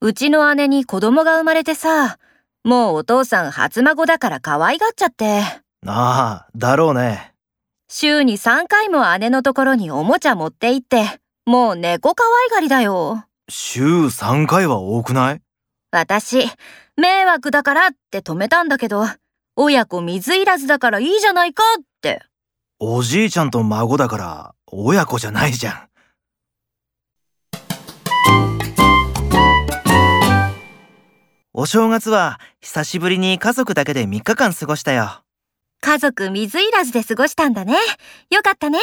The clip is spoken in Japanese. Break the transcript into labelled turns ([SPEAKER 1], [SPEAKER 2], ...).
[SPEAKER 1] うちの姉に子供が生まれてさ、もうお父さん初孫だから可愛がっちゃって。
[SPEAKER 2] ああ、だろうね。
[SPEAKER 1] 週に3回も姉のところにおもちゃ持って行って、もう猫可愛がりだよ。
[SPEAKER 2] 週3回は多くない
[SPEAKER 1] 私、迷惑だからって止めたんだけど、親子水入らずだからいいじゃないかって。
[SPEAKER 2] おじいちゃんと孫だから親子じゃないじゃん。お正月は久しぶりに家族だけで3日間過ごしたよ。
[SPEAKER 1] 家族水入らずで過ごしたんだね。よかったね。